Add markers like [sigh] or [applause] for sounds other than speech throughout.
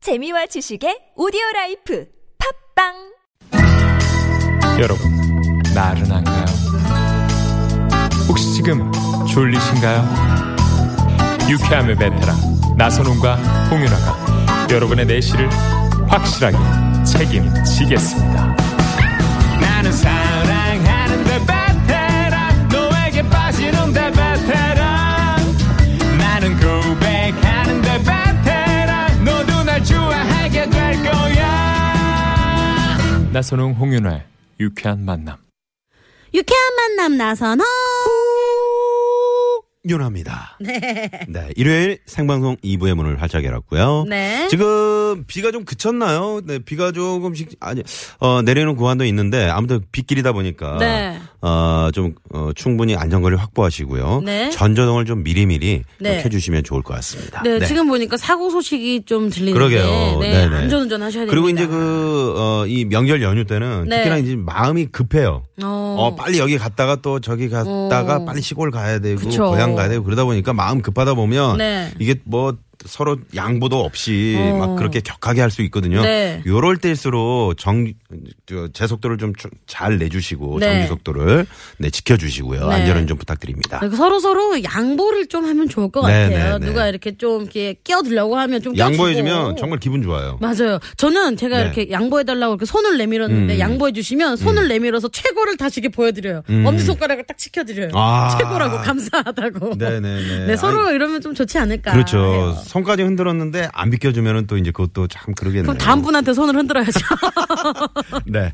재미와 지식의 오디오 라이프 팝빵 여러분, 나른한가요? 혹시 지금 졸리신가요? 유쾌함의 베테랑 나선홍과 홍윤아가 여러분의 내실을 확실하게 책임지겠습니다. 나는 사랑하는데 베테랑 너에게 빠지는데 베테랑 나는 고백하는데 베테랑 너도 날 좋아하게 될 거야. 나선홍 홍윤아의 유쾌한 만남. 유쾌한 만남 나선호. 윤화입니다. 네. 일요일 생방송 2부의 문을 활짝 열었고요. 네. 지금 비가 좀 그쳤나요? 네, 비가 조금씩 아니 어, 내리는 구간도 있는데 아무튼 빗길이다 보니까 네. 어, 좀 어, 충분히 안전거리 확보하시고요. 네. 전조등을 좀 미리미리 네. 좀 해주시면 좋을 것 같습니다. 네, 지금 보니까 사고 소식이 좀 들리는데. 아, 그러게요. 네, 네네. 안전운전 하셔야 됩니다. 그리고 이제 그, 어, 이 명절 연휴 때는 네. 특히나 이제 마음이 급해요. 어. 어, 빨리 여기 갔다가 또 저기 갔다가 어. 빨리 시골 가야 되고 그쵸. 고향 가야 되고 그러다 보니까 마음 급하다 보면 네. 이게 뭐 서로 양보도 없이 어. 막 그렇게 격하게 할 수 있거든요. 네. 요럴 때일수록 정, 저, 제 속도를 좀 잘 내주시고 네. 정지 속도를 네, 지켜주시고요. 네. 안전은 좀 부탁드립니다. 그리고 서로 서로 양보를 좀 하면 좋을 것 네, 같아요. 네, 네. 누가 이렇게 좀 이렇게 끼어들려고 하면 좀 껴주고. 양보해주면 정말 기분 좋아요. 맞아요. 저는 제가 네. 음. 이렇게 양보해달라고 이렇게 손을 내밀었는데 양보해주시면 손을 내밀어서 최고를 다시 이렇게 보여드려요. 엄지손가락을 딱 치켜드려요. 음. 아. 최고라고 감사하다고. [laughs] 네네네. 네, 서로 아이, 이러면 좀 좋지 않을까. 그렇죠. 해요. 손까지 흔들었는데 안 비껴주면은 또 이제 그것도 참 그러겠네요. 그럼 다음 분한테 손을 흔들어야죠. 네.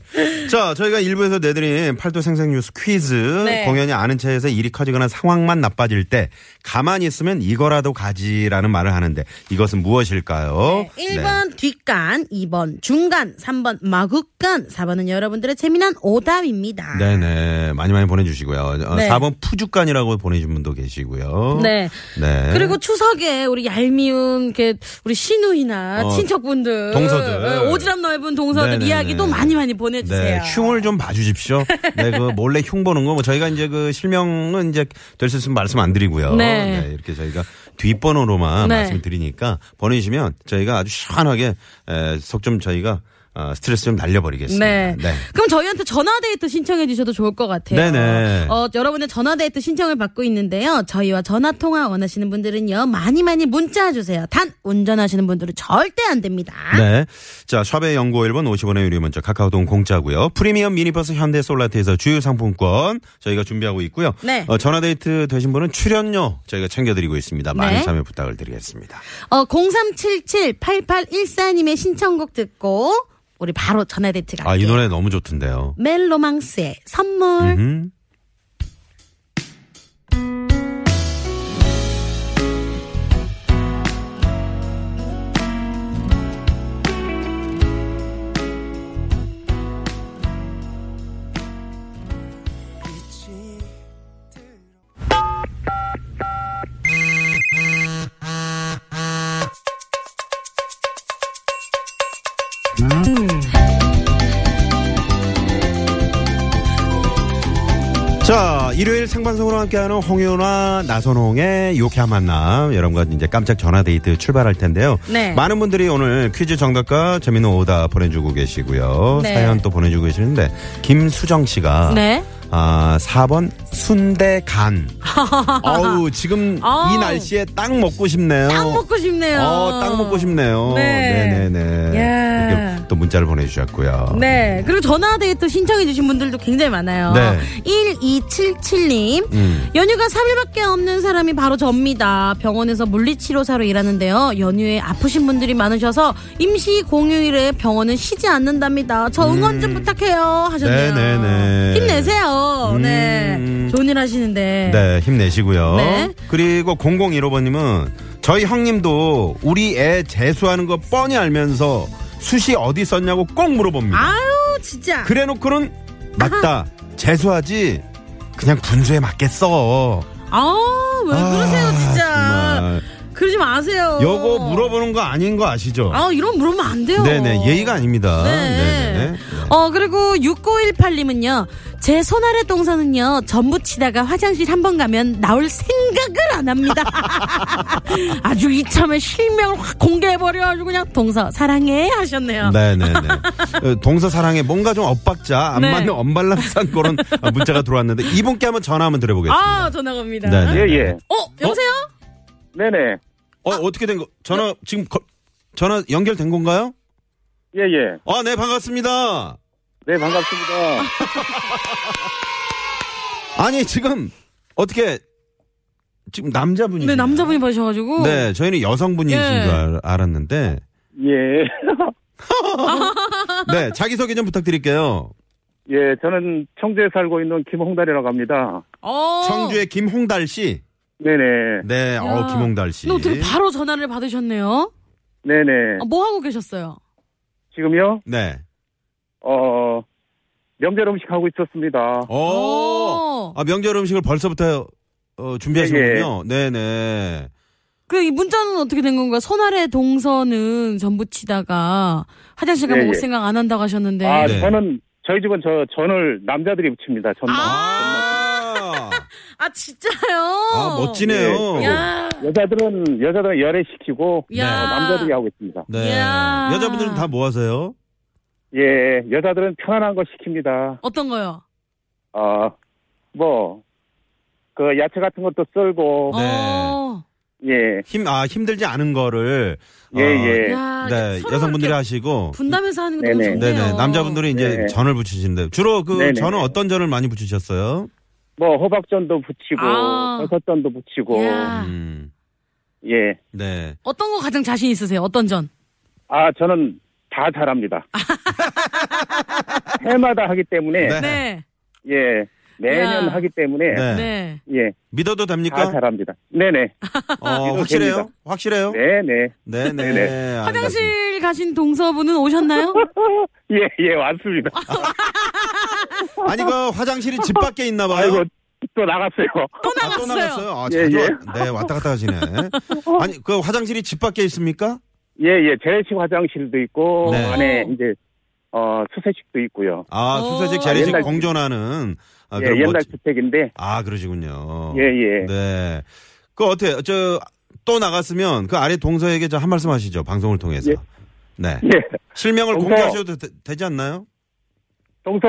자, 저희가 1부에서 내드린 팔도 생생 뉴스 퀴즈. 네. 공연이 아는 체에서 일이 커지거나 상황만 나빠질 때 가만히 있으면 이거라도 가지라는 말을 하는데 이것은 무엇일까요? 네, 1번 뒷간, 2번 중간, 3번 마구간, 4번은 여러분들의 재미난 오답입니다. 네. 네네. 많이 많이 보내주시고요. 어, 네. 4번 푸주간이라고 보내주신 분도 계시고요. 네. 네. 그리고 추석에 우리 얄미운 이렇게 우리 시누이나 어, 친척분들 동서들. 네, 오지랖 넓은 동서들 네네네. 이야기도 많이 많이 보내주세요. 네, 흉을 좀 봐주십시오. 네, 그 몰래 흉 보는 거 뭐 저희가 이제 그 실명은 이제 될 수 있으면 말씀 안 드리고요. 네. 이렇게 저희가 뒷번호로만 네. 말씀드리니까 보내주시면 저희가 아주 시원하게 속 좀 저희가 어, 스트레스 좀 날려버리겠습니다. 네. 그럼 저희한테 전화데이트 신청해 주셔도 좋을 것 같아요. 네네. 어, 여러분의 전화데이트 신청을 받고 있는데요. 저희와 전화통화 원하시는 분들은요. 많이 많이 문자 주세요. 단, 운전하시는 분들은 절대 안 됩니다. 네. 자, 샵의 연구 1번 50원의 유료 문자 카카오동 공짜고요. 프리미엄 미니버스 현대 솔라트에서 주유 상품권 저희가 준비하고 있고요. 네. 어, 전화 데이트 되신 분은 출연료 저희가 챙겨 드리고 있습니다. 많은 네. 참여 부탁을 드리겠습니다. 어, 0377-8814님의 신청곡 듣고, 우리 바로 전화데이트 갈게요. 아, 이 노래 너무 좋던데요. 멜로망스의 선물. 음. 자, 일요일 생방송으로 함께하는 홍윤아 나선홍의 요쾌한 만남. 여러분과 이제 깜짝 전화 데이트 출발할 텐데요. 네. 많은 분들이 오늘 퀴즈 정답과 재밌는 오다 보내주고 계시고요. 네. 사연 또 보내주고 계시는데 김수정 씨가 네. 아, 4번 순대 [laughs] 간. 어우, 지금 이 어우. 날씨에 딱 먹고 싶네요. 아. 땅 먹고 싶네요. 아. 어, 딱 먹고 싶네요. 네. 네네 야. 또 문자를 보내주셨고요. 네. 그리고 전화데이트 신청해주신 분들도 굉장히 많아요. 네. 1277님. 음. 연휴가 3일밖에 없는 사람이 바로 접니다. 병원에서 물리치료사로 일하는데요. 연휴에 아프신 분들이 많으셔서 임시 공휴일에 병원은 쉬지 않는답니다. 저 응원 좀 부탁해요. 하셨네요. 음. 네네네. 힘내세요. 음. 네. 좋은 일 하시는데. 네, 힘내시고요. 네. 그리고 0015번님은 저희 형님도 우리 애 재수하는 거 뻔히 알면서 수시 어디 썼냐고 꼭 물어봅니다. 아유, 진짜. 그래 놓고는 맞다. 재수하지. 그냥 분수에 맞겠어. 아, 왜 아, 그러세요, 진짜. 정말. 그러지 마세요. 여보 물어보는 거 아닌 거 아시죠? 아, 이런 물으면 안 돼요. 네네 예의가 아닙니다. 네. 네네. 어, 그리고 6918님은요, 제 손아래 동선은요, 전부 치다가 화장실 한 번 가면 나올 생각을 안 합니다. [laughs] 아주 이참에 실명을 확 공개해버려가지고 그냥 동서 사랑해 하셨네요. 네네네. 어, 동서 사랑에 뭔가 좀 엇박자 안 네. 맞는 언발란스한 [laughs] 그런 아, 문자가 들어왔는데 이분께 한번 전화 한번 드려보겠습니다. 아, 전화 갑니다. 네네. 예, 예. 어, 여보세요? 네네. 어 어떻게 된 거? 전화 지금 거- 전화 연결된 건가요? 예, 예. 아 네 반갑습니다. 네, 반갑습니다. [laughs] 아니 지금 어떻게 지금 남자분이 네, 남자분이 보셔가지고. 네 저희는 여성분이신 예. 줄 알- 알았는데 예. [laughs] [laughs] 네 자기 소개 좀 부탁드릴게요. 예, 저는 청주에 살고 있는 김홍달이라고 합니다. 어. 청주의 김홍달 씨. 네네. 네, 어 야. 김홍달 씨. 근데 어떻게 바로 전화를 받으셨네요? 네네. 아, 뭐 하고 계셨어요? 지금요? 네. 어, 명절 음식 하고 있었습니다. 어. 어. 오. 아 명절 음식을 벌써부터 어, 예, 준비하시는군요. 네, 네. 그 이 문자는 어떻게 된 건가요? 손아래 동서는 전부 치다가 화장실 가면 예, 올 예. 생각 안 한다고 하셨는데. 아, 네. 저는, 저희 집은 저, 전을 남자들이 붙입니다. 전만. 아, 아, 진짜요? 아 멋지네요. 예. 야, 여자들은, 여자들은 열애시키고, 야. 어, 남자들이 하고 있습니다. 네. 야. 여자분들은 다뭐 모아서요. 예, 여자들은 편안한 거 시킵니다. 어떤 거요? 어, 뭐, 그 야채 같은 것도 썰고, 네. 어. 예, 힘, 아, 힘들지 않은 거를. 어, 예, 아. 예. 야, 네, 아, 서로 여성분들이 이렇게 하시고. 분담해서 하는 게 너무 네네. 좋네요. 네네. 남자분들이 이제 네. 전을 붙이시는데. 주로 그 네네. 전은 어떤 전을 많이 붙이셨어요? 뭐 호박전도 붙이고 아. 버섯전도 붙이고 야. 음. 예. 네. 어떤 거 가장 자신 있으세요? 어떤 전? 아 저는 다 [laughs] 잘합니다. 해마다 하기 때문에 네. 네. 예 매년 야. 하기 때문에 네. 그러니까? 네. 예 다 믿어도 됩니까? 잘합니다. 네네 어, 믿어도 확실해요? 됩니다. 확실해요? 네네 네, 네. 네네. 화장실 가신 동서분은 오셨나요? 예예 왔습니다. 아니, 그 화장실이 집 밖에 있나 봐요. 아이고 또 나갔어요. 또 아, 또 나갔어요. 나갔어요. 아, 예, 자주 예. 와- 네, 왔다 [laughs] 갔다 하시네. 아니, 그 화장실이 집 밖에 있습니까? 예예 재래식 화장실도 있고 네. 안에 이제 어 수세식도 있고요. 아, 오. 수세식 재래식 어, 옛날- 공존하는 아, 예 그런 옛날 멋지- 주택인데 [laughs] 아, 그러시군요. 예, 예. 네. 그 어때요? 저 또 나갔으면 그 아래 동서에게 저 한 말씀 하시죠. 방송을 통해서. 예. 네. 예 실명을 동서. 공개하셔도 되, 지 않나요? 동서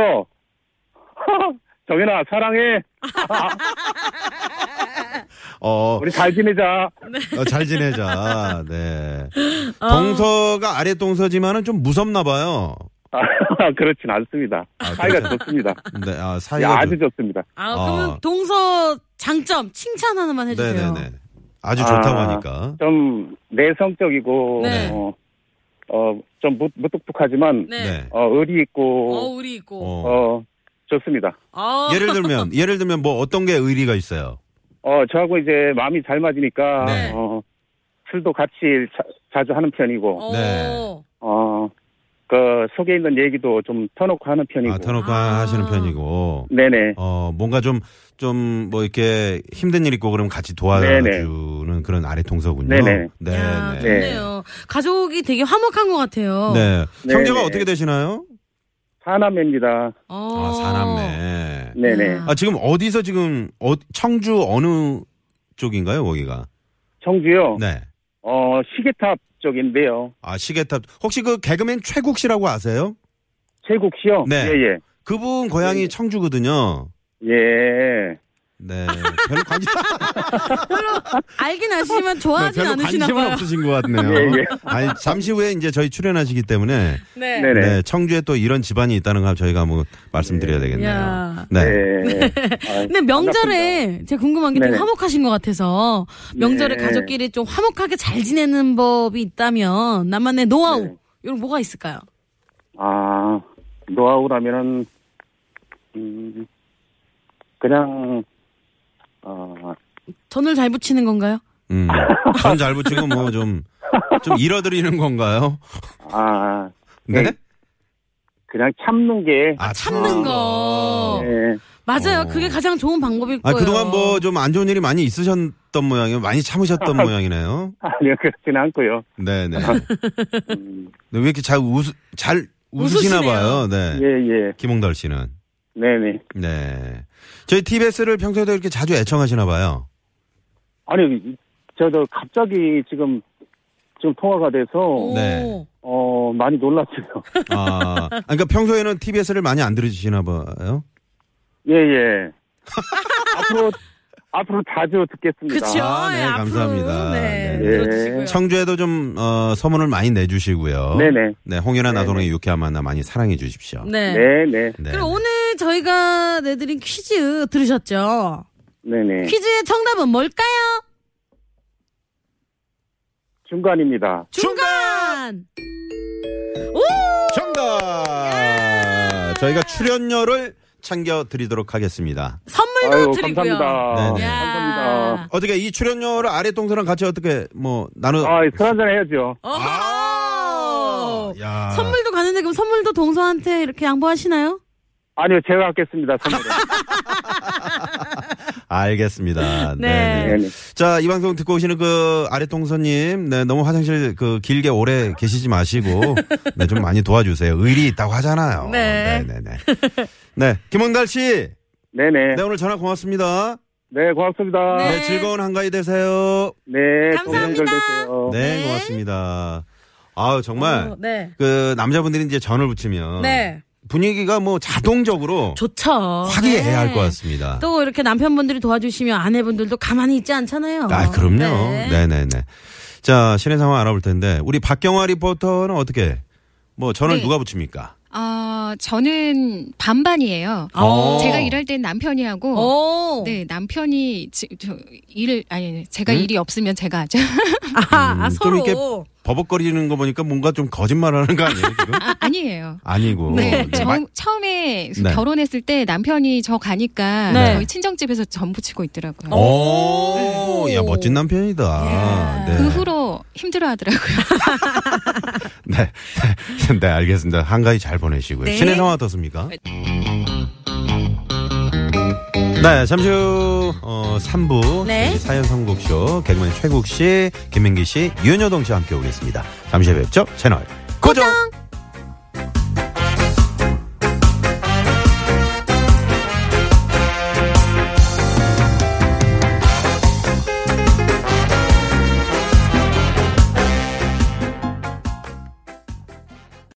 [laughs] 정현아 사랑해 어, 우리 잘 지내자. [laughs] 어, 잘 지내자. 네. 어. 동서가 아래 동서지만은 좀 무섭나 봐요. 아, 그렇진 않습니다. 아, 사이가 그렇죠. 좋습니다. 네, 아, 예, 사이가 아주 좀- 좋습니다. 아, 그러면 아. 동서 장점 칭찬 하나만 해주세요. 네네네. 아주 좋다고 아, 하니까. 좀 내성적이고 네. 어, 어, 좀 무, 무뚝뚝하지만 네. 네. 어, 의리 어, 있고 우리 있고. 어. 어. 좋습니다. 어. 예를 들면 예를 들면 뭐 어떤 게 의리가 있어요? 어, 저하고 이제 마음이 잘 맞으니까 네. 어, 술도 같이 자, 자주 하는 편이고 어. 네. 어, 그 속에 있는 얘기도 좀 터놓고 하는 편이고 아, 터놓고 아. 하시는 편이고. 네네 어, 뭔가 좀, 좀, 뭐, 이렇게 힘든 일 있고 그러면 같이 도와주는 그런 아래 동서군요. 네네. 네. 야, 네. 좋네요. 어. 가족이 되게 화목한 것 같아요. 네. 네네. 형제가 어떻게 되시나요? 사남입니다. 어. 아, 사남매. 네네 야. 아, 지금 어디서 지금, 어, 청주 어느 쪽인가요, 거기가? 청주요. 네. 어, 시계탑 쪽인데요. 아, 시계탑. 혹시 그 개그맨 최국 씨라고 아세요? 최국 씨요. 네. 예, 그분 네. 고향이 청주거든요. 예. 예. 네. [laughs] 별로 관심, 알긴 아시지만 좋아하진 별로 않으시나 관심은 봐요. 없으신 것 같네요. 예, 예. 아니, 잠시 후에 이제 저희 출연하시기 때문에 네. 예. 네네. 네, 청주에 또 이런 집안이 있다는 거 저희가 뭐 말씀드려야 되겠네요. 야. 네. 네. 아이, 근데 명절에 제가 궁금한 게 되게 네네. 화목하신 것 같아서 명절에 네. 가족끼리 좀 화목하게 잘 지내는 법이 있다면 나만의 노하우 네. 이런 뭐가 있을까요? 아, 노하우라면은, 음, 그냥, 어, 전을 잘 붙이는 건가요? 음. 전잘 붙이고 뭐 좀 좀 잃어드리는 건가요? 아, 네. 네. 그냥 참는 게, 아, 참는 거. 예, 맞아요. 어. 그게 가장 좋은 방법일 아, 뭐 거예요. 그동안 뭐 좀 안 좋은 일이 많이 있으셨던 참으셨던 모양이에요. 많이 참으셨던 모양이네요. 아니요, 그렇진 않고요. 네네. 네, 음, 왜 이렇게 잘, 웃, 잘 웃으시나 웃으시네요. 봐요. 네. 예, 예. 김홍달 씨는. 네네. 네. 저희 TBS를 평소에도 이렇게 자주 애청하시나 봐요. 아니, 저도 갑자기 지금 좀 통화가 돼서, 오. 네. 어, [laughs] 많이 놀랐어요. 아, 아, 그러니까 평소에는 TBS를 많이 안 들으시나 봐요. 예, 예. 앞으로, 앞으로 자주 듣겠습니다. 그쵸. 예, 아, 네, 앞으로, 감사합니다. 네. 네. 들어주시고요. 청주에도 좀, 어, 서문을 많이 내주시고요. 어. 네네. 네, 홍윤아 네네. 나도롱의 유쾌한 만남 많이 사랑해 주십시오. 네. 네네. 네. 그럼 오늘 저희가 내드린 퀴즈 들으셨죠? 네네. 퀴즈의 정답은 뭘까요? 중간입니다. 중간! 오! 예! 정답! 저희가 출연료를 챙겨드리도록 하겠습니다. 선물도 아유, 드리고요. 감사합니다. 네네. 야. 감사합니다. 어떻게 이 출연료를 아래 동서랑 같이 어떻게 뭐 나눠. 아, 술 한잔 해야죠. 어허! 아, 야. 선물도 가는데 그럼 선물도 동서한테 이렇게 양보하시나요? 아니요, 제가 갖겠습니다, 선물을. 알겠습니다. [laughs] 네. 네네. 네네. 자, 이 방송 듣고 오시는 그 아래 동서님, 네, 너무 화장실 그 길게 오래 계시지 [laughs] 마시고, 네, 좀 많이 도와주세요. 의리 있다고 하잖아요. 네. 네네네. 네, 김홍달 씨, 네네. 네, 오늘 전화 고맙습니다. 네, 고맙습니다. 네. 네, 즐거운 한가위 되세요. 네, 감사합니다. 좋은 절 되세요. 네, 네. 고맙습니다. 아우, 정말. 어, 네. 그 남자분들이 이제 전을 붙이면 네. 분위기가 뭐 자동적으로 좋죠. 화기애애할 네. 것 같습니다. 또 이렇게 남편분들이 도와주시면 아내분들도 가만히 있지 않잖아요. 아, 그럼요. 네, 네, 네. 자, 실내 상황 알아볼 텐데 우리 박경화 리포터는 어떻게 뭐 전을 네. 누가 붙입니까? 어, 저는 반반이에요. 어. 제가 일할 땐 남편이 하고, 오. 네, 남편이 지, 저, 일을, 아니, 아니, 제가 일이 없으면 제가 하죠. 아, 아, 음, 서로. 좀 이렇게 버벅거리는 거 보니까 뭔가 좀 거짓말하는 거 아니에요? [laughs] 지금? 아, 아니에요. 아니고. 네, 네, 저, 마- 처음에 네. 결혼했을 때 남편이 저 가니까 네. 저희 친정집에서 전 부치고 있더라고요. 어. 오, 야 멋진 남편이다. 네. 그 후로 힘들어 하더라고요. 네. [laughs] 네, 알겠습니다. 한가위 잘 보내시고요. 네. 신의 상황 어떻습니까? 네, 잠시 후, 어, 3부. 네. 저희 사연 선곡쇼. 개그맨 최국 씨, 김민기 씨, 윤여동 씨와 함께 오겠습니다. 잠시 후에 뵙죠. 채널 고정!